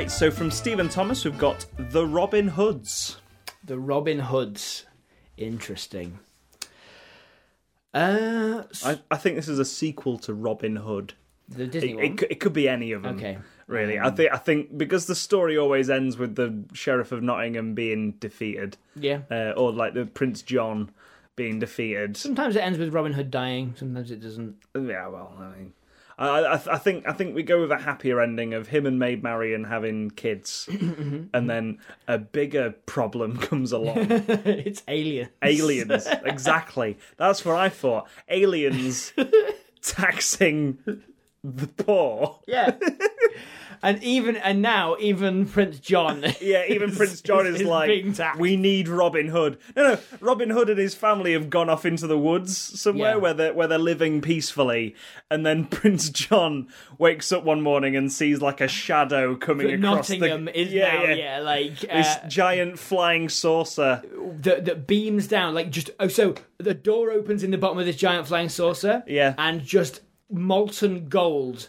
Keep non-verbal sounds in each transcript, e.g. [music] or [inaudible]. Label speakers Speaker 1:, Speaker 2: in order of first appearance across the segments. Speaker 1: Right, so from Stephen Thomas, we've got The Robin Hoods.
Speaker 2: The Robin Hoods. Interesting. Uh, s-
Speaker 1: I, I think this is a sequel to Robin Hood.
Speaker 2: the
Speaker 1: It,
Speaker 2: Disney one.
Speaker 1: it, cou- it could be any of them.
Speaker 2: Okay.
Speaker 1: Really, I think I think because the story always ends with the sheriff of Nottingham being defeated,
Speaker 2: yeah.
Speaker 1: uh, or like the Prince John being defeated.
Speaker 2: Sometimes it ends with Robin Hood dying. Sometimes it doesn't. [laughs]
Speaker 1: Yeah, well, I mean, I, I, I think I think we go with a happier ending of him and Maid Marian having kids, and then a bigger problem [laughs] comes along:
Speaker 2: it's alien. [laughs]
Speaker 1: aliens. exactly, that's what I thought.
Speaker 2: [laughs]
Speaker 1: Aliens taxing the poor.
Speaker 2: Yeah. and even and now even Prince John.
Speaker 1: [laughs] Yeah, even Prince John is,
Speaker 2: is
Speaker 1: like,
Speaker 2: being taxed.
Speaker 1: we need Robin Hood. No, no, Robin Hood and his family have gone off into the woods somewhere
Speaker 2: Yeah.
Speaker 1: where they're where they're living peacefully, and then [laughs] Prince John wakes up one morning and sees like a shadow coming across the-
Speaker 2: Nottingham is now yeah, like
Speaker 1: This
Speaker 2: uh,
Speaker 1: giant flying saucer.
Speaker 2: that that beams down like just oh so the door opens in the bottom of this giant flying saucer
Speaker 1: Yeah.
Speaker 2: and just molten gold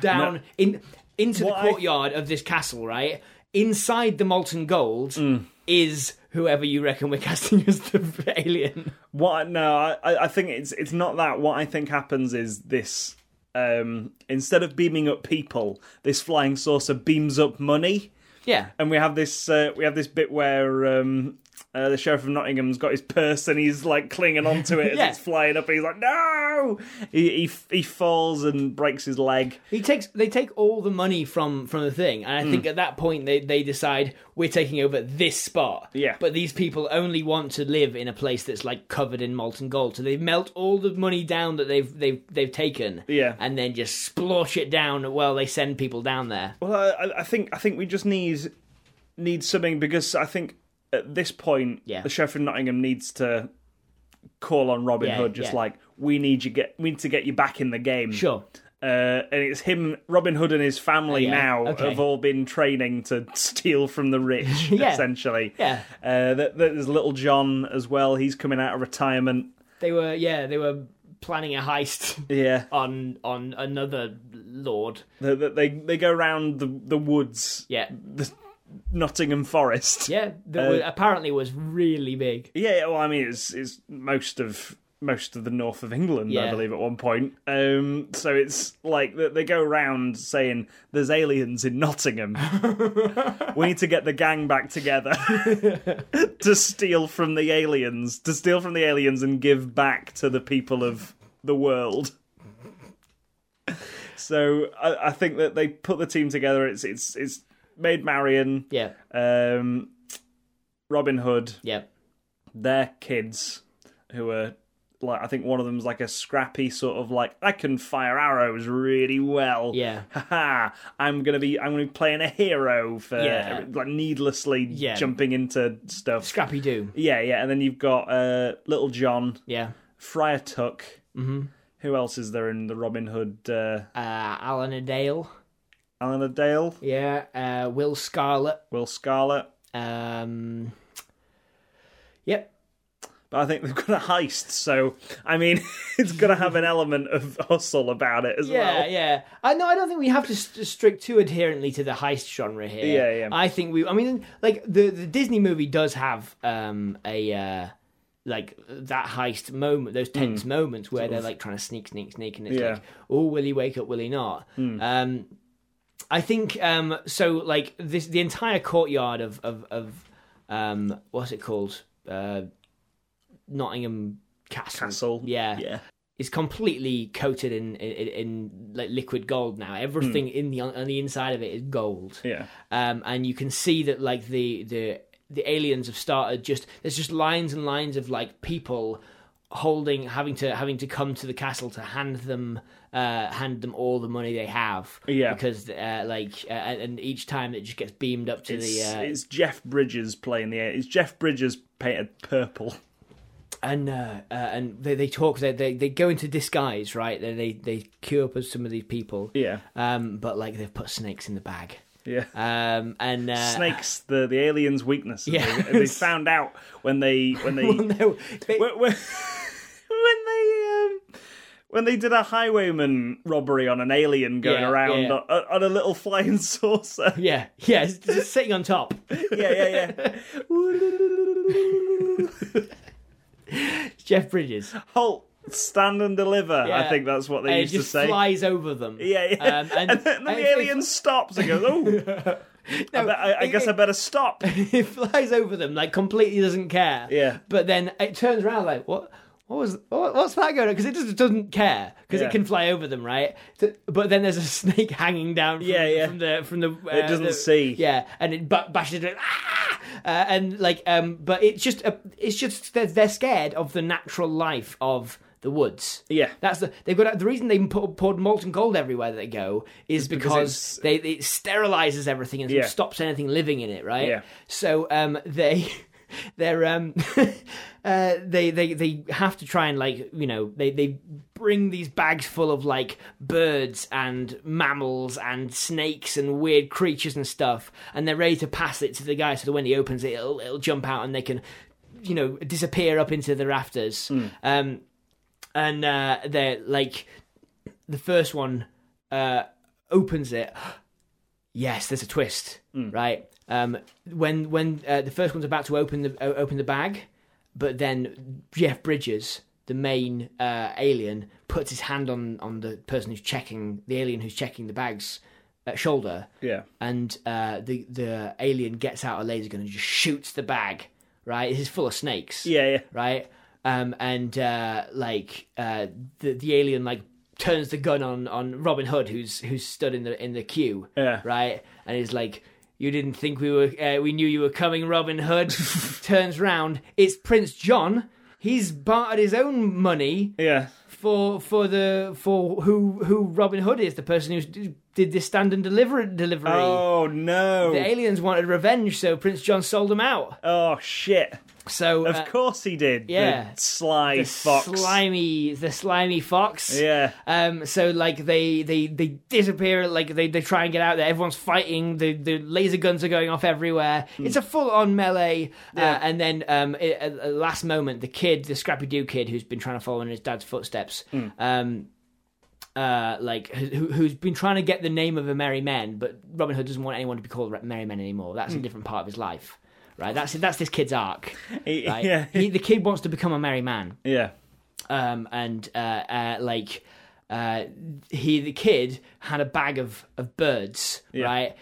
Speaker 2: down in into
Speaker 1: What I-
Speaker 2: the courtyard of this castle right inside the molten gold
Speaker 1: Mm.
Speaker 2: is whoever you reckon we're [laughs] casting as the alien
Speaker 1: What? No, I, I- I think it's it's not that. What I think happens is this: um, instead of beaming up people, this flying saucer beams up money.
Speaker 2: yeah
Speaker 1: and we have this uh, we have this bit where um, uh, the sheriff of Nottingham's got his purse and he's like clinging onto it as
Speaker 2: Yeah.
Speaker 1: it's flying up. And he's like, no! He, he he falls and breaks his leg.
Speaker 2: He takes they take all the money from from the thing, and I think
Speaker 1: Hmm.
Speaker 2: at that point they they decide we're taking over this spot.
Speaker 1: Yeah.
Speaker 2: But these people only want to live in a place that's like covered in molten gold, so they melt all the money down that they've they've they've taken.
Speaker 1: Yeah.
Speaker 2: And then just splorch it down while they send people down there.
Speaker 1: Well, I, I- I think I think we just need need something because I think at this point
Speaker 2: Yeah.
Speaker 1: the sheriff of Nottingham needs to call on Robin
Speaker 2: Yeah,
Speaker 1: Hood, just
Speaker 2: yeah.
Speaker 1: like we need you get we need to get you back in the game.
Speaker 2: Sure.
Speaker 1: uh, and it's him, Robin Hood, and his family
Speaker 2: Yeah,
Speaker 1: now
Speaker 2: okay.
Speaker 1: have all been training to [laughs] steal from the rich,
Speaker 2: [laughs] Yeah.
Speaker 1: essentially.
Speaker 2: Yeah.
Speaker 1: Uh, th- th- there's Little John as well. He's coming out of retirement.
Speaker 2: They were yeah they were planning
Speaker 1: [laughs]
Speaker 2: a heist
Speaker 1: Yeah.
Speaker 2: on on another lord.
Speaker 1: They, they- they they go round the the woods,
Speaker 2: Yeah.
Speaker 1: the Nottingham Forest.
Speaker 2: Yeah. That
Speaker 1: Uh,
Speaker 2: was, apparently was really big.
Speaker 1: Yeah, well, I mean, it's it's most of most of the north of England, I
Speaker 2: Yeah.
Speaker 1: believe, at one point. Um, so it's like that they go around saying there's aliens in Nottingham.
Speaker 2: [laughs]
Speaker 1: we need to get the gang back together [laughs] to steal from the aliens, to steal from the aliens and give back to the people of the world. [laughs] So I, I think that they put the team together. It's it's it's Maid Marian,
Speaker 2: Yeah.
Speaker 1: um, Robin Hood
Speaker 2: Yeah.
Speaker 1: their kids who are like I think one of them's like a scrappy sort of like I can fire arrows really well.
Speaker 2: Yeah.
Speaker 1: Haha. I'm gonna be I'm gonna be playing a hero for
Speaker 2: Yeah.
Speaker 1: like needlessly
Speaker 2: Yeah.
Speaker 1: jumping into stuff.
Speaker 2: Scrappy Doo.
Speaker 1: yeah, yeah, and then you've got uh Little John,
Speaker 2: Yeah.
Speaker 1: Friar Tuck. Mm-hmm. Who else is there in the Robin Hood? Uh,
Speaker 2: Uh, Alan and Dale.
Speaker 1: Alan a Dale,
Speaker 2: Yeah, uh, Will Scarlet.
Speaker 1: Will Scarlet.
Speaker 2: Um, yep.
Speaker 1: But I think they've got a heist, so I mean, [laughs] it's gonna have an element of hustle about it as
Speaker 2: Yeah,
Speaker 1: well.
Speaker 2: yeah. I know. I don't think we have to st- strict too adherently to the heist genre here.
Speaker 1: Yeah, yeah.
Speaker 2: I think we. I mean, like the the Disney movie does have um a uh like that heist moment, those tense moments where they're like trying to sneak, sneak, sneak, and it's
Speaker 1: Hmm. Yeah. Hmm.
Speaker 2: like, oh, will he wake up? Will he not? Um, I think um so like this the entire courtyard of of of um what's it called uh Nottingham Castle
Speaker 1: Castle.
Speaker 2: yeah
Speaker 1: Yeah.
Speaker 2: is completely coated in in, in like liquid gold now everything
Speaker 1: Hmm.
Speaker 2: in the on the inside of it is gold
Speaker 1: Yeah.
Speaker 2: um and you can see that like the the the aliens have started just there's just lines and lines of like people holding having to having to come to the castle to hand them uh hand them all the money they have
Speaker 1: Yeah.
Speaker 2: because uh, like uh, and and each time it just gets beamed up to the
Speaker 1: It's,
Speaker 2: uh,
Speaker 1: it's Jeff Bridges playing the. It's Jeff Bridges painted purple.
Speaker 2: and uh, uh, and they, they talk they, they they go into disguise right they they, they queue up as some of these people
Speaker 1: Yeah,
Speaker 2: um but like they've put snakes in the bag
Speaker 1: yeah.
Speaker 2: um and uh, [laughs]
Speaker 1: Snakes, the the aliens' weakness.
Speaker 2: Yeah.
Speaker 1: They, they found out
Speaker 2: [laughs]
Speaker 1: when they when they
Speaker 2: well, no, they-
Speaker 1: when, when- when they um, when they did a highwayman robbery on an alien going
Speaker 2: Yeah,
Speaker 1: around
Speaker 2: yeah.
Speaker 1: On, on a little flying [laughs]
Speaker 2: [laughs]
Speaker 1: saucer.
Speaker 2: Yeah, yeah, it's just sitting
Speaker 1: [laughs]
Speaker 2: on top.
Speaker 1: yeah, yeah, yeah.
Speaker 2: It's Jeff Bridges.
Speaker 1: Halt, stand and deliver. I
Speaker 2: Yeah.
Speaker 1: think that's what they
Speaker 2: And it
Speaker 1: used to
Speaker 2: just
Speaker 1: say.
Speaker 2: flies over them.
Speaker 1: [laughs] Yeah, yeah.
Speaker 2: Um,
Speaker 1: [laughs] and,
Speaker 2: and-
Speaker 1: then the
Speaker 2: and it's-
Speaker 1: alien stops and goes,
Speaker 2: [laughs]
Speaker 1: "Oh, I, bet- I, I
Speaker 2: it-
Speaker 1: guess I better
Speaker 2: [laughs]
Speaker 1: stop."
Speaker 2: it flies over them like completely doesn't care.
Speaker 1: Yeah.
Speaker 2: But then it turns around like what? What was? What, what's that going on? Because it just doesn't care because
Speaker 1: Yeah.
Speaker 2: it can fly over them, right? Th- But then there's a snake [laughs] hanging down. From,
Speaker 1: Yeah, yeah.
Speaker 2: From the from the uh,
Speaker 1: It doesn't
Speaker 2: the-
Speaker 1: see.
Speaker 2: Yeah, and it ba- bashes it. Ah! Uh, and like, um, but it's just a, it's just they're, they're scared of the natural life of the woods.
Speaker 1: Yeah.
Speaker 2: That's the they've got the reason they pu- poured molten gold everywhere that they go is because,
Speaker 1: it's-
Speaker 2: they it sterilizes everything and
Speaker 1: Yeah.
Speaker 2: stops anything living in it, right?
Speaker 1: Yeah.
Speaker 2: So um, they [laughs] they're um, [laughs] uh, they they they have to try and like you know they they bring these bags full of like birds and mammals and snakes and weird creatures and stuff, and they're ready to pass it to the guy so that when he opens it, it'll it'll jump out and they can you know disappear up into the rafters.
Speaker 1: Hmm.
Speaker 2: Um, and uh, they're like the first one uh, opens it. Yes, there's a twist, right? Um, when when uh, the first one's about to open the o- open the bag, but then Jeff Bridges, the main uh, alien, puts his hand on on the person who's checking the alien who's checking the bag's uh, shoulder,
Speaker 1: Yeah,
Speaker 2: and uh, the the alien gets out a laser gun and just shoots the bag. Right, it's full of snakes
Speaker 1: yeah, yeah.
Speaker 2: right? Um, and uh, like uh, the the alien like turns the gun on on Robin Hood, who's who's stood in the in the queue,
Speaker 1: Yeah.
Speaker 2: right? And he's like, "You didn't think we were uh, we knew you were coming,
Speaker 1: [laughs]
Speaker 2: Robin Hood." turns round, it's Prince John. He's bartered his own money
Speaker 1: Yeah,
Speaker 2: for for the for who who Robin Hood is, the person who d- did this stand and deliver delivery.
Speaker 1: Oh no!
Speaker 2: The aliens wanted revenge, so Prince John sold him out.
Speaker 1: oh shit!
Speaker 2: So
Speaker 1: Of
Speaker 2: uh,
Speaker 1: course he did.
Speaker 2: yeah.
Speaker 1: the sly
Speaker 2: the
Speaker 1: fox.
Speaker 2: slimy the slimy fox
Speaker 1: Yeah,
Speaker 2: um so like they they they disappear like they they try and get out there everyone's fighting the the laser guns are going off everywhere
Speaker 1: Hmm.
Speaker 2: it's a full-on melee uh, and then um i- at the last moment the kid the scrappy doo kid who's been trying to follow in his dad's footsteps
Speaker 1: Hmm.
Speaker 2: um uh, like who, who's been trying to get the name of a merry men, but Robin Hood doesn't want anyone to be called merry men anymore. That's
Speaker 1: Hmm.
Speaker 2: a different part of his life, right? That's that's this
Speaker 1: [laughs]
Speaker 2: kid's arc.
Speaker 1: He-
Speaker 2: [laughs] Right?
Speaker 1: yeah,
Speaker 2: he, the kid wants to become a merry man,
Speaker 1: yeah,
Speaker 2: um, and uh, uh, like uh, he, the kid, had a bag of of birds, right?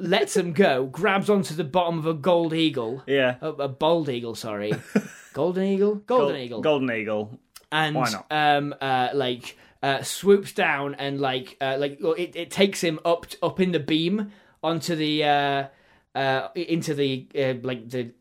Speaker 2: Lets them go, grabs onto the bottom of a gold eagle,
Speaker 1: yeah.
Speaker 2: a, a bald
Speaker 1: [laughs]
Speaker 2: eagle, sorry, golden eagle, Oh, golden
Speaker 1: Gol-
Speaker 2: eagle,
Speaker 1: Golden eagle.
Speaker 2: and
Speaker 1: Why not?
Speaker 2: um uh like uh swoops down and like uh like well, it, it takes him up up in the beam onto the uh uh into the uh, like the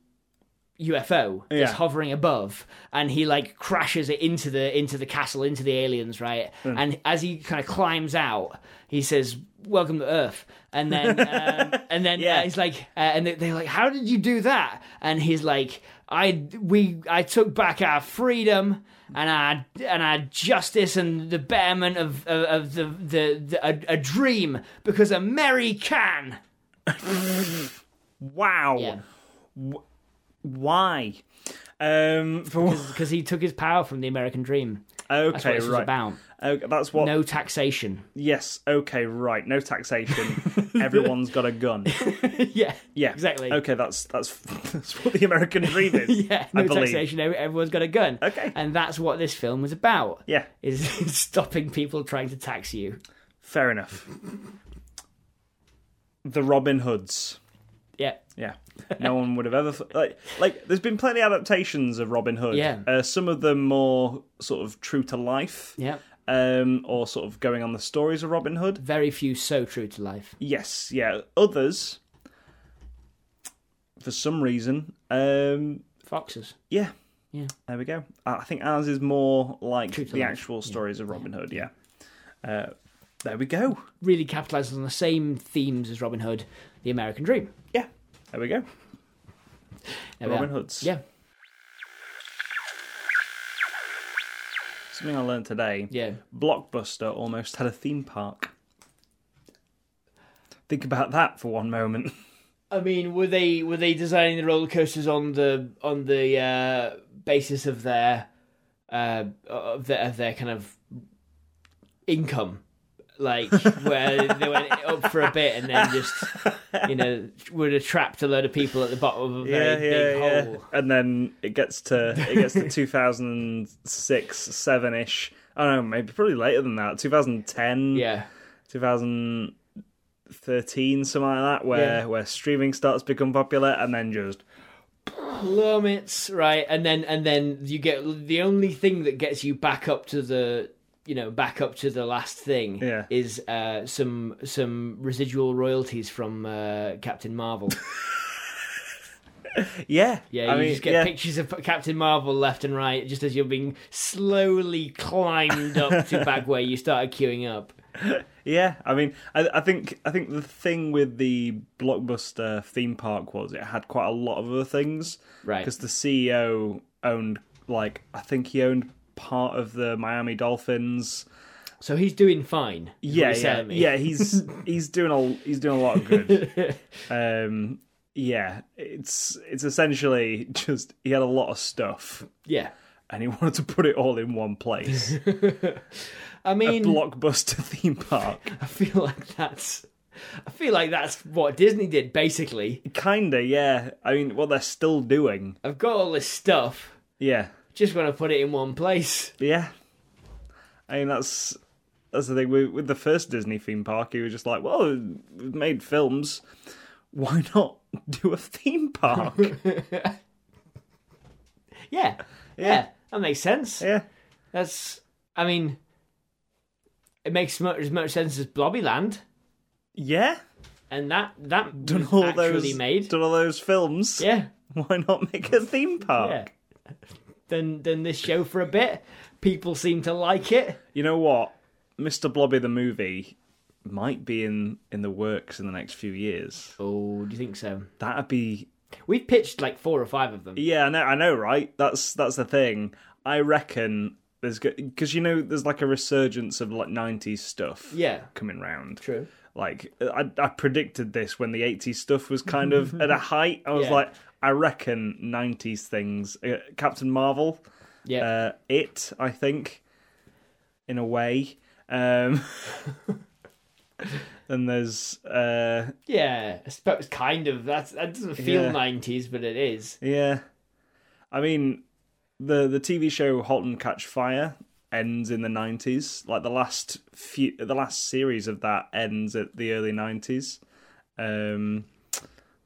Speaker 2: UFO that's
Speaker 1: Yeah.
Speaker 2: hovering above and he like crashes it into the into the castle into the aliens right and as he kind of climbs out he says welcome to earth and then [laughs] um, and then
Speaker 1: Yeah.
Speaker 2: yeah. he's like uh, and they- they're like how did you do that and he's like I we I took back our freedom and our and our justice and the betterment of of, of the the, the a, a dream because a merry can
Speaker 1: Wow.
Speaker 2: yeah
Speaker 1: Why? Um, for what?
Speaker 2: because he took his power from the American dream that's
Speaker 1: Okay,
Speaker 2: what this was
Speaker 1: right.
Speaker 2: about
Speaker 1: Okay, that's what.
Speaker 2: no taxation
Speaker 1: Yes. Okay. Right. No taxation.
Speaker 2: [laughs]
Speaker 1: Everyone's got a gun.
Speaker 2: yeah
Speaker 1: Yeah.
Speaker 2: exactly
Speaker 1: Okay. That's that's [laughs] that's what the American dream is.
Speaker 2: [laughs] yeah
Speaker 1: I
Speaker 2: no
Speaker 1: believe.
Speaker 2: taxation Uh, ev- everyone's got a gun
Speaker 1: Okay.
Speaker 2: and that's what this film was about
Speaker 1: Yeah.
Speaker 2: is [laughs] stopping people trying to tax you
Speaker 1: Fair enough. The Robin Hoods.
Speaker 2: yeah
Speaker 1: Yeah. No one would have ever like like there's been plenty of adaptations of Robin Hood.
Speaker 2: Yeah.
Speaker 1: Uh, some of them more sort of true to life.
Speaker 2: yeah
Speaker 1: Um or sort of going on the stories of Robin Hood.
Speaker 2: very few so true to life
Speaker 1: Yes, yeah. Others for some reason um
Speaker 2: foxes
Speaker 1: yeah.
Speaker 2: Yeah.
Speaker 1: There we go. I I think ours is more like
Speaker 2: True to
Speaker 1: the
Speaker 2: life.
Speaker 1: actual stories of Robin Hood, yeah. Uh there we go.
Speaker 2: really capitalizes on the same themes as Robin Hood, the American Dream.
Speaker 1: Yeah. There we go.
Speaker 2: There we
Speaker 1: Robin
Speaker 2: are.
Speaker 1: Hoods.
Speaker 2: Yeah,
Speaker 1: Something I learned today.
Speaker 2: yeah.
Speaker 1: Blockbuster almost had a theme park. Think about that for one
Speaker 2: [laughs]
Speaker 1: moment.
Speaker 2: I mean, were they were they designing the roller coasters on the on the uh, basis of their uh, of their of their kind of income. Like where they went up for a bit and then just you know would have trapped a load of people at the bottom of a very big hole.
Speaker 1: And then it gets to it gets to [laughs] 2006, seven ish. I don't know, maybe probably later than that. 2010,
Speaker 2: Yeah,
Speaker 1: 2013, something like that, where
Speaker 2: Yeah.
Speaker 1: where streaming starts to become popular, and then just
Speaker 2: plummets right, and then and then you get the only thing that gets you back up to the you know back up to the last thing
Speaker 1: Yeah.
Speaker 2: is uh, some some residual royalties from uh, Captain
Speaker 1: [laughs]
Speaker 2: Marvel.
Speaker 1: yeah,
Speaker 2: Yeah,
Speaker 1: I
Speaker 2: you
Speaker 1: mean,
Speaker 2: just get
Speaker 1: yeah.
Speaker 2: pictures of Captain Marvel left and right, just as you're being slowly climbed up
Speaker 1: [laughs]
Speaker 2: to back where you started queuing up.
Speaker 1: Yeah, I mean, I, I think I think the thing with the blockbuster theme park was it had quite a lot of other things,
Speaker 2: Right.
Speaker 1: Because the CEO owned, like, I think he owned part of the Miami Dolphins.
Speaker 2: So he's doing fine. is what
Speaker 1: Yeah,
Speaker 2: you're
Speaker 1: yeah,
Speaker 2: telling me. [laughs]
Speaker 1: yeah. He's he's doing a he's doing a lot of good. um, yeah, it's it's essentially just he had a lot of stuff
Speaker 2: yeah.
Speaker 1: and he [laughs] wanted to put it all in one
Speaker 2: [laughs]
Speaker 1: place,
Speaker 2: I mean,
Speaker 1: blockbuster theme park.
Speaker 2: I feel [laughs] like that's, I feel like that's what Disney did. Basically,
Speaker 1: Kinda, yeah. I mean, what they're still doing,
Speaker 2: I've got all this stuff.
Speaker 1: yeah.
Speaker 2: Just want to put it in one place.
Speaker 1: Yeah, I mean that's that's the thing with, with the first Disney theme park. He was just like, well, we've made films, why not do a theme park?
Speaker 2: [laughs] Yeah, yeah, that makes sense.
Speaker 1: yeah,
Speaker 2: That's, I mean, it makes much, as much sense as Blobby Land,
Speaker 1: yeah.
Speaker 2: and that [laughs] that
Speaker 1: Done
Speaker 2: was
Speaker 1: all
Speaker 2: actually
Speaker 1: those
Speaker 2: made.
Speaker 1: done all those films.
Speaker 2: Yeah,
Speaker 1: [laughs] Why not make a theme park?
Speaker 2: yeah. Done done this show for a bit. People seem to like it.
Speaker 1: You know what, Mr. Blobby the movie might be in in the works in the next few years.
Speaker 2: Oh, do you think so?
Speaker 1: That'd be
Speaker 2: We've pitched like four or five of them.
Speaker 1: Yeah, I know, I know, right? That's that's the thing. I reckon there's because you know there's like a resurgence of like '90s stuff.
Speaker 2: Yeah.
Speaker 1: coming round.
Speaker 2: True.
Speaker 1: Like I, I predicted this when the '80s stuff was kind of
Speaker 2: [laughs]
Speaker 1: at a height. I was
Speaker 2: Yeah.
Speaker 1: like, I reckon '90s things. Uh, Captain Marvel,
Speaker 2: Yeah.
Speaker 1: uh, it, I think, in a way. Um, [laughs] and there's uh,
Speaker 2: yeah. I suppose kind of. That's that doesn't feel
Speaker 1: Yeah.
Speaker 2: nineties, but it is.
Speaker 1: Yeah, I mean, the the TV show *Hot and Catch Fire* ends in the nineties. Like the last few, the last series of that ends at the early nineties. Um,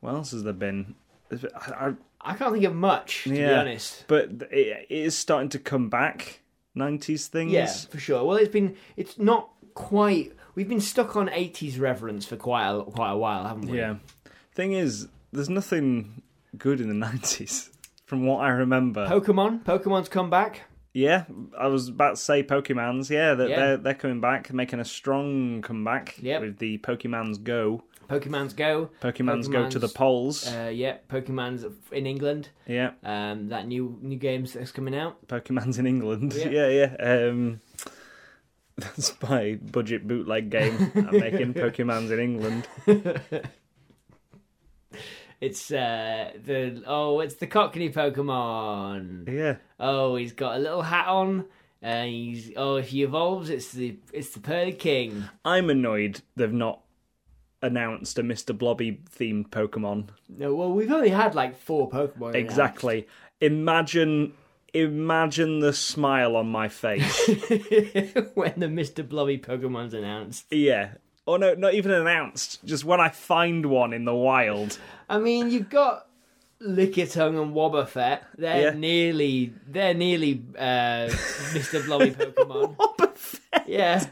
Speaker 1: what else has there been? There's been- I, I,
Speaker 2: I can't think of much, to be
Speaker 1: Yeah.
Speaker 2: honest.
Speaker 1: but it, it is starting to come back. Nineties things.
Speaker 2: Yeah, for sure. Well, it's been it's not quite. We've been stuck on eighties reverence for quite a, quite a while, haven't we?
Speaker 1: Yeah. Thing is, there's nothing good in the [laughs] nineties. From what I remember,
Speaker 2: Pokemon. Pokemon's come back.
Speaker 1: Yeah, I was about to say Pokemans. Yeah, that
Speaker 2: Yeah.
Speaker 1: they're they're coming back, making a strong comeback
Speaker 2: Yep.
Speaker 1: with the Pokemans Go.
Speaker 2: Pokemon's Go.
Speaker 1: Pokemans, Go to the
Speaker 2: Pokemans,
Speaker 1: polls.
Speaker 2: Uh, yeah. Pokemon's in England.
Speaker 1: yeah,
Speaker 2: Um, that new new games that's coming out.
Speaker 1: Pokemans in England. [laughs]
Speaker 2: Yeah.
Speaker 1: Yeah, yeah. Um, [laughs] that's my budget bootleg game. I'm
Speaker 2: [laughs]
Speaker 1: making Pokemans in England.
Speaker 2: It's uh the oh, it's the Cockney Pokemon.
Speaker 1: Yeah,
Speaker 2: Oh, he's got a little hat on. And he's oh, if he evolves, it's the it's the Pearly King.
Speaker 1: I'm annoyed they've not announced a Mr. Blobby themed Pokemon.
Speaker 2: No, well, we've only had like four Pokemon. now.
Speaker 1: Exactly. Imagine, imagine the smile on my face.
Speaker 2: [laughs] when the Mister Blobby Pokemon's announced.
Speaker 1: Yeah. Or no, not even announced. Just when I find one in the
Speaker 2: [laughs]
Speaker 1: wild.
Speaker 2: I mean, you've got Lickitung and Wobbuffet. They're
Speaker 1: Yeah.
Speaker 2: nearly they're nearly uh, Mister Blobby Pokemon.
Speaker 1: Wobbuffet.
Speaker 2: yeah,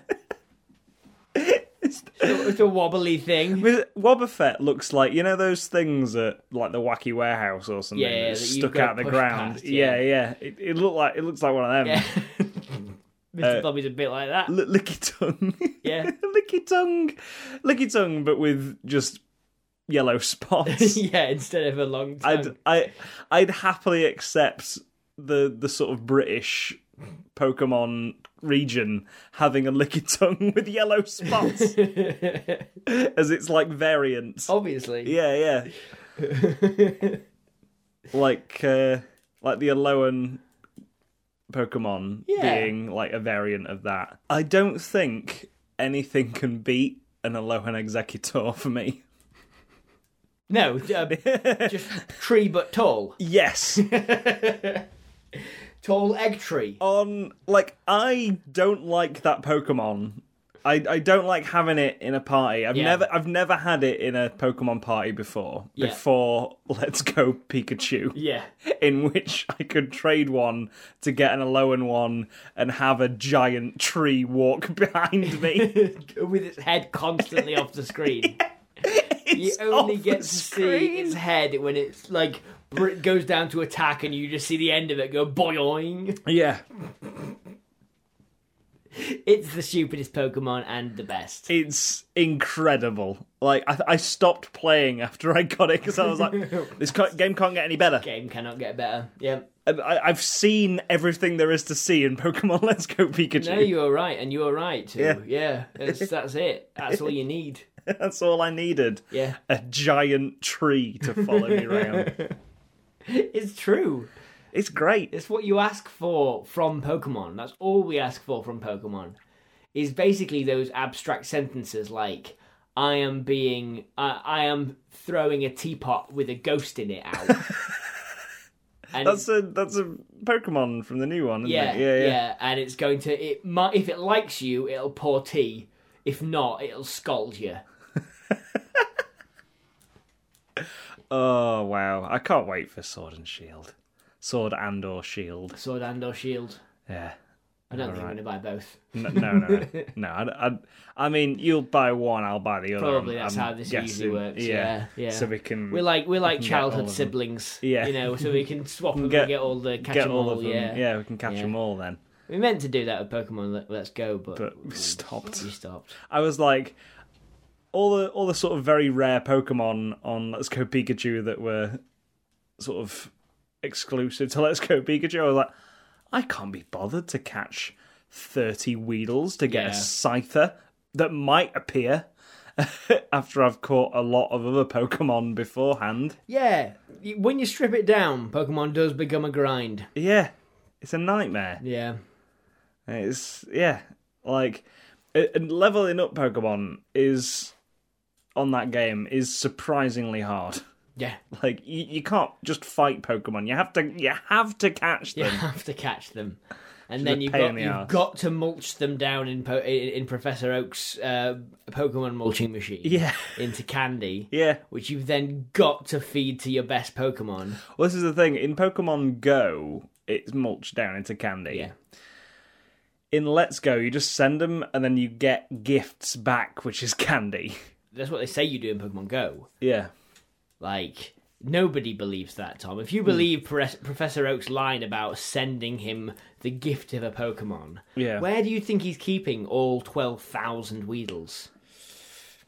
Speaker 2: it's, a, it's a wobbly thing.
Speaker 1: Uh, Wobbuffet looks like you know those things at like the wacky warehouse or something
Speaker 2: Yeah, yeah,
Speaker 1: that's
Speaker 2: that you've
Speaker 1: stuck
Speaker 2: got
Speaker 1: out the
Speaker 2: pushed
Speaker 1: ground.
Speaker 2: past, yeah.
Speaker 1: yeah, yeah. It, it looked like it looks like one of them.
Speaker 2: Yeah. [laughs] Mr.
Speaker 1: Uh,
Speaker 2: Blobby's a bit like that.
Speaker 1: L- licky tongue. [laughs]
Speaker 2: Yeah.
Speaker 1: licky tongue. Licky tongue, but with just yellow spots.
Speaker 2: [laughs] yeah, instead of a long time.
Speaker 1: I'd I I'd happily accept the the sort of British Pokemon region having a licky tongue [laughs] with yellow
Speaker 2: [laughs]
Speaker 1: spots as it's like
Speaker 2: Oh.
Speaker 1: variants.
Speaker 2: Obviously.
Speaker 1: Yeah, yeah. like uh like the Alolan Pokemon
Speaker 2: Yeah.
Speaker 1: being like a variant of that. I don't think anything can beat an Alohan Executor for me.
Speaker 2: [laughs]
Speaker 1: [laughs]
Speaker 2: No, uh, just tree
Speaker 1: [laughs]
Speaker 2: but tall.
Speaker 1: Yes.
Speaker 2: Tall egg tree.
Speaker 1: Oh. on like I don't like that Pokemon. I, I don't like having it in a party. I've
Speaker 2: Yeah.
Speaker 1: never I've never had it in a Pokemon party before.
Speaker 2: Yeah.
Speaker 1: Before [laughs] Let's Go Pikachu.
Speaker 2: Yeah. [laughs]
Speaker 1: in which I could trade one to get an Alolan one and have a giant tree walk [laughs] behind me.
Speaker 2: With its head constantly off the screen. [laughs]
Speaker 1: [laughs]
Speaker 2: You
Speaker 1: It's
Speaker 2: only
Speaker 1: off
Speaker 2: get
Speaker 1: the
Speaker 2: to
Speaker 1: screen.
Speaker 2: see its head when it's like br- goes down to attack and you just see the end of it go boing.
Speaker 1: Yeah,
Speaker 2: It's the stupidest Pokemon and the best.
Speaker 1: it's incredible. Like I, I stopped playing after I got it because I
Speaker 2: [laughs]
Speaker 1: was like, this ca- game can't get any better.
Speaker 2: Game cannot get better. Yeah.
Speaker 1: And I, I've seen everything there is to see in Pokemon [laughs] Let's Go Pikachu.
Speaker 2: No, you are right, and you are right too. Yeah,
Speaker 1: Yeah.
Speaker 2: that's, that's it. That's all you need.
Speaker 1: [laughs] That's all I needed. [laughs]
Speaker 2: Yeah,
Speaker 1: A giant tree to follow
Speaker 2: [laughs]
Speaker 1: me around.
Speaker 2: it's true.
Speaker 1: It's great.
Speaker 2: It's what you ask for from Pokemon. That's all we ask for from Pokemon. Is basically those abstract sentences like "I am being," I "I am throwing a teapot with a ghost in it
Speaker 1: [laughs]
Speaker 2: out." and
Speaker 1: That's a that's a Pokemon from the new one, isn't
Speaker 2: yeah,
Speaker 1: it? Yeah, yeah.
Speaker 2: and it's going to it might if it likes you, it'll pour tea. If not, it'll scald you.
Speaker 1: Oh wow! I can't wait for Sword and Shield, Sword and or Shield.
Speaker 2: Sword and or shield.
Speaker 1: Yeah.
Speaker 2: I don't think I'm going to buy both.
Speaker 1: N- No, no, no.
Speaker 2: [laughs]
Speaker 1: no I, I, I mean, you'll buy one, I'll buy the other.
Speaker 2: Probably
Speaker 1: I'm-
Speaker 2: that's
Speaker 1: I'm
Speaker 2: how this usually
Speaker 1: guessing.
Speaker 2: works. Yeah, yeah.
Speaker 1: So we can
Speaker 2: We're like we're like
Speaker 1: get all of
Speaker 2: childhood
Speaker 1: them.
Speaker 2: siblings.
Speaker 1: Yeah.
Speaker 2: you know, so we
Speaker 1: [laughs]
Speaker 2: can swap them
Speaker 1: Get-
Speaker 2: and get all the catch
Speaker 1: get
Speaker 2: 'em
Speaker 1: all
Speaker 2: all.
Speaker 1: of them.
Speaker 2: Yeah.
Speaker 1: we can catch
Speaker 2: Yeah.
Speaker 1: them all then.
Speaker 2: we meant to do that with Pokemon. Let, let's go, but,
Speaker 1: But we stopped.
Speaker 2: we stopped.
Speaker 1: I was like, all the all the sort of very rare Pokemon on Let's Go Pikachu that were sort of exclusive to Let's Go Pikachu. I was like, I can't be bothered to catch thirty Weedles to get
Speaker 2: Yeah.
Speaker 1: a Scyther that might appear [laughs] after I've caught a lot of other Pokemon beforehand.
Speaker 2: Yeah, you- when you strip it down, Pokemon does become a grind.
Speaker 1: Yeah, it's a nightmare.
Speaker 2: Yeah,
Speaker 1: It's yeah, like a- and leveling up Pokemon is on that game is surprisingly hard.
Speaker 2: yeah. [laughs]
Speaker 1: Like you, you can't just fight Pokemon. You have to you have to catch
Speaker 2: You
Speaker 1: them.
Speaker 2: have to catch them, and then
Speaker 1: Um, a
Speaker 2: you've
Speaker 1: pain
Speaker 2: got
Speaker 1: in the
Speaker 2: you've
Speaker 1: arse.
Speaker 2: got to mulch them down in po- in, in Professor Oak's uh, Pokemon mulching machine.
Speaker 1: [laughs] Yeah.
Speaker 2: into candy.
Speaker 1: Yeah.
Speaker 2: Which you've then got to feed to your best Pokemon.
Speaker 1: Well, this is the thing. In Pokemon Go, it's mulched down into candy.
Speaker 2: Yeah.
Speaker 1: In Let's Go, you just send them and then you get gifts back, which is candy.
Speaker 2: That's what they say you do in Pokemon Go.
Speaker 1: Yeah.
Speaker 2: Like nobody believes that, Tom. If you believe Pres- Professor Oak's line about sending him the gift of a Pokemon,
Speaker 1: Yeah.
Speaker 2: where do you think he's keeping all twelve thousand Weedles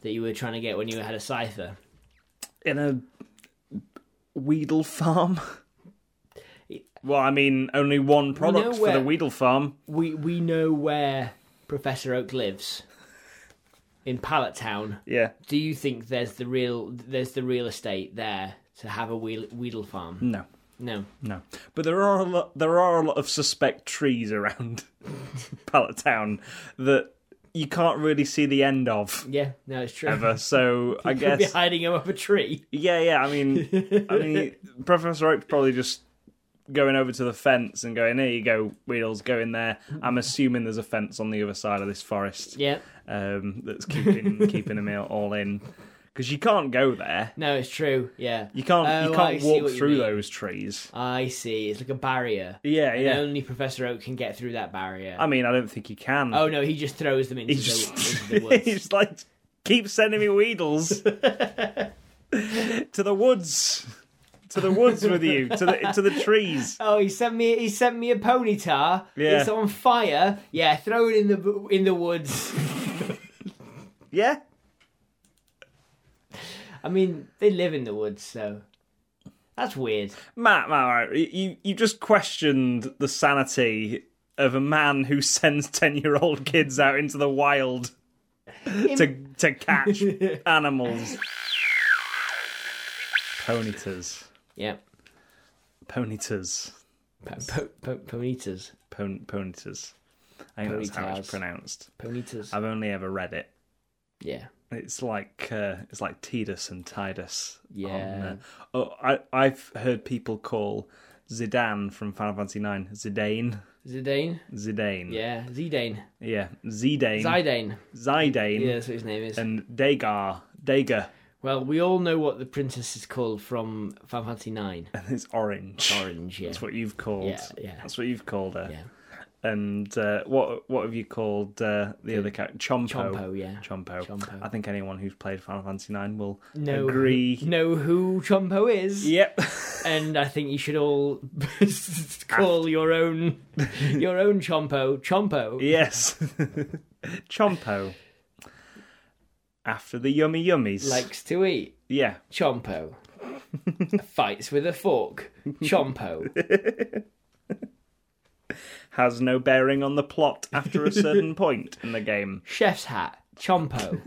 Speaker 2: that you were trying to get when you had a Scyther?
Speaker 1: In a Weedle farm. well, I mean, only one product for
Speaker 2: where-
Speaker 1: the Weedle farm.
Speaker 2: We we know where Professor Oak lives in Pallet Town.
Speaker 1: Yeah.
Speaker 2: Do you think there's the real there's the real estate there to have a Weedle, Weedle farm?
Speaker 1: No.
Speaker 2: No.
Speaker 1: No, but there are a lot. There are a lot of suspect trees around [laughs] Pallet Town that you can't really see the end of
Speaker 2: Yeah, no, it's true.
Speaker 1: ever. So
Speaker 2: [laughs]
Speaker 1: I
Speaker 2: Could be
Speaker 1: guess,
Speaker 2: hiding him up a tree.
Speaker 1: yeah, yeah. I mean, I
Speaker 2: [laughs]
Speaker 1: mean, Professor Oak's probably just going over to the fence and going, "Here you go, Wheels, go in there." I'm assuming there's a fence on the other side of this forest
Speaker 2: Yeah.
Speaker 1: um, that's
Speaker 2: [laughs]
Speaker 1: keeping keeping them all- all in because you can't go there.
Speaker 2: No, it's true. Yeah.
Speaker 1: You can't.
Speaker 2: Oh,
Speaker 1: you
Speaker 2: I
Speaker 1: can't
Speaker 2: see
Speaker 1: walk
Speaker 2: what you
Speaker 1: through
Speaker 2: mean.
Speaker 1: those trees.
Speaker 2: I see. It's like a barrier.
Speaker 1: Yeah,
Speaker 2: And
Speaker 1: yeah.
Speaker 2: only Professor Oak can get through that barrier.
Speaker 1: I mean, I don't think you can.
Speaker 2: oh no, he just throws them into,
Speaker 1: He
Speaker 2: the,
Speaker 1: just [laughs]
Speaker 2: into the woods.
Speaker 1: he's like, keep sending me Weedles to the woods, to the woods with you, to the to the trees.
Speaker 2: Oh, he sent me. He sent me a ponyta.
Speaker 1: Yeah.
Speaker 2: It's on fire. Yeah, throw it in the in
Speaker 1: [laughs]
Speaker 2: the woods.
Speaker 1: Yeah,
Speaker 2: I mean, they live in the woods, so that's weird. [laughs]
Speaker 1: Matt, Matt, Matt, you you just questioned the sanity of a man who sends ten year old kids out into the wild to to catch animals. Ponytas,
Speaker 2: Yeah.
Speaker 1: ponytas.
Speaker 2: Po- po- po- ponitas.
Speaker 1: Pon- ponitas. I think that's how it's
Speaker 2: Ponytails.
Speaker 1: pronounced.
Speaker 2: Ponitas.
Speaker 1: I've only ever read it.
Speaker 2: yeah.
Speaker 1: It's like uh, it's like Tidus and Tidus.
Speaker 2: Yeah.
Speaker 1: On, uh, oh, I I've heard people call Zidane from Final Fantasy Nine Zidane,
Speaker 2: Zidane.
Speaker 1: Zidane.
Speaker 2: Yeah. Zidane.
Speaker 1: yeah, Zidane,
Speaker 2: Zidane.
Speaker 1: Zidane,
Speaker 2: Yeah, that's what his name is.
Speaker 1: Hmm. and Dagar, Dagar,
Speaker 2: Well, we all know what the princess is called from Final Fantasy Nine.
Speaker 1: [laughs] and it's orange.
Speaker 2: Orange. Yeah.
Speaker 1: That's what you've called.
Speaker 2: Yeah, yeah.
Speaker 1: That's what you've called her.
Speaker 2: Yeah.
Speaker 1: And uh, what what have you called uh, the other character? Chompo.
Speaker 2: Chompo. Yeah.
Speaker 1: Chompo.
Speaker 2: Chompo.
Speaker 1: I think anyone who's played Final Fantasy Nine will
Speaker 2: Know
Speaker 1: agree.
Speaker 2: [laughs] know who Chompo is.
Speaker 1: Yep. [laughs]
Speaker 2: and I think you should all [laughs] call
Speaker 1: [laughs]
Speaker 2: your own your own Chompo Chompo.
Speaker 1: yes. [laughs] Chompo. After the yummy yummies.
Speaker 2: Likes to eat
Speaker 1: yeah. [laughs]
Speaker 2: Chompo. Fights with a fork
Speaker 1: [laughs]
Speaker 2: Chompo.
Speaker 1: Has no bearing on the plot after a [laughs] certain point in the game.
Speaker 2: Chef's hat
Speaker 1: [laughs]
Speaker 2: Chompo.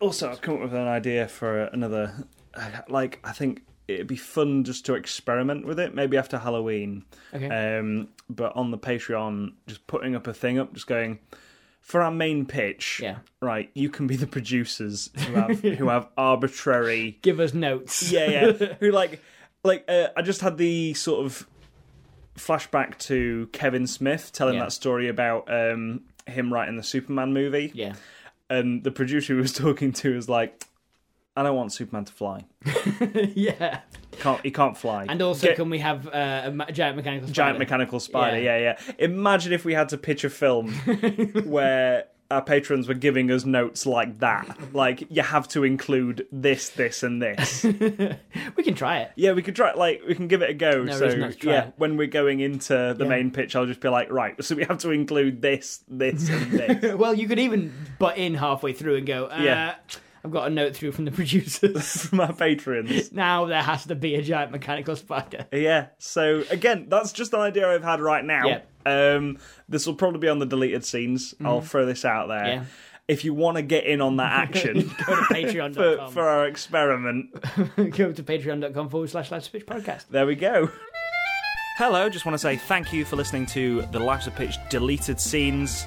Speaker 1: Also, I've come up with an idea for another. uh, Like, I think it'd be fun just to experiment with it. Maybe after Halloween.
Speaker 2: Okay.
Speaker 1: um, but on the Patreon, just putting up a thing up, just going for our main pitch.
Speaker 2: Yeah.
Speaker 1: right. You can be the producers who [laughs] have who have arbitrary.
Speaker 2: Give us
Speaker 1: [laughs]
Speaker 2: notes.
Speaker 1: Yeah, yeah. who like like uh, I just had the sort of flashback to Kevin Smith telling
Speaker 2: Yeah.
Speaker 1: that story about um, him writing the Superman movie, [laughs]
Speaker 2: [laughs] Yeah.
Speaker 1: and the producer he was [laughs] talking to was like. I don't want Superman to fly.
Speaker 2: yeah.
Speaker 1: Can't he can't fly?
Speaker 2: And also,
Speaker 1: Get-
Speaker 2: can we have uh, a ma- giant mechanical
Speaker 1: giant
Speaker 2: spider?
Speaker 1: mechanical spider. Yeah. yeah, Imagine if we had to pitch a
Speaker 2: [laughs]
Speaker 1: film where our patrons were giving us notes like that. Like you have to include this, this, and this.
Speaker 2: We can try it.
Speaker 1: yeah, we could try. Like we can give it a go.
Speaker 2: No
Speaker 1: so
Speaker 2: reason not to try
Speaker 1: yeah,
Speaker 2: it.
Speaker 1: when we're going into the main pitch, I'll just be like, right. So we have to include this, this,
Speaker 2: [laughs]
Speaker 1: and this. [laughs]
Speaker 2: Well, you could even butt in halfway through and go, uh,
Speaker 1: Yeah.
Speaker 2: I've got a note through from the [laughs] producers.
Speaker 1: From our patrons.
Speaker 2: now there has to be a giant mechanical spider.
Speaker 1: Yeah. So again, that's just an idea I've had right now.
Speaker 2: Yeah.
Speaker 1: Um, this will probably be on the deleted scenes. I'll throw this out there.
Speaker 2: Mm-hmm. Yeah.
Speaker 1: If you want to get in on
Speaker 2: [laughs]
Speaker 1: that action,
Speaker 2: Go to
Speaker 1: [laughs]
Speaker 2: patreon.com.
Speaker 1: for, for our experiment.
Speaker 2: [laughs] go to patreon.com forward slash live speech podcast.
Speaker 1: There we go. Hello, just want to say thank you for listening to the Lives of Pitch deleted scenes.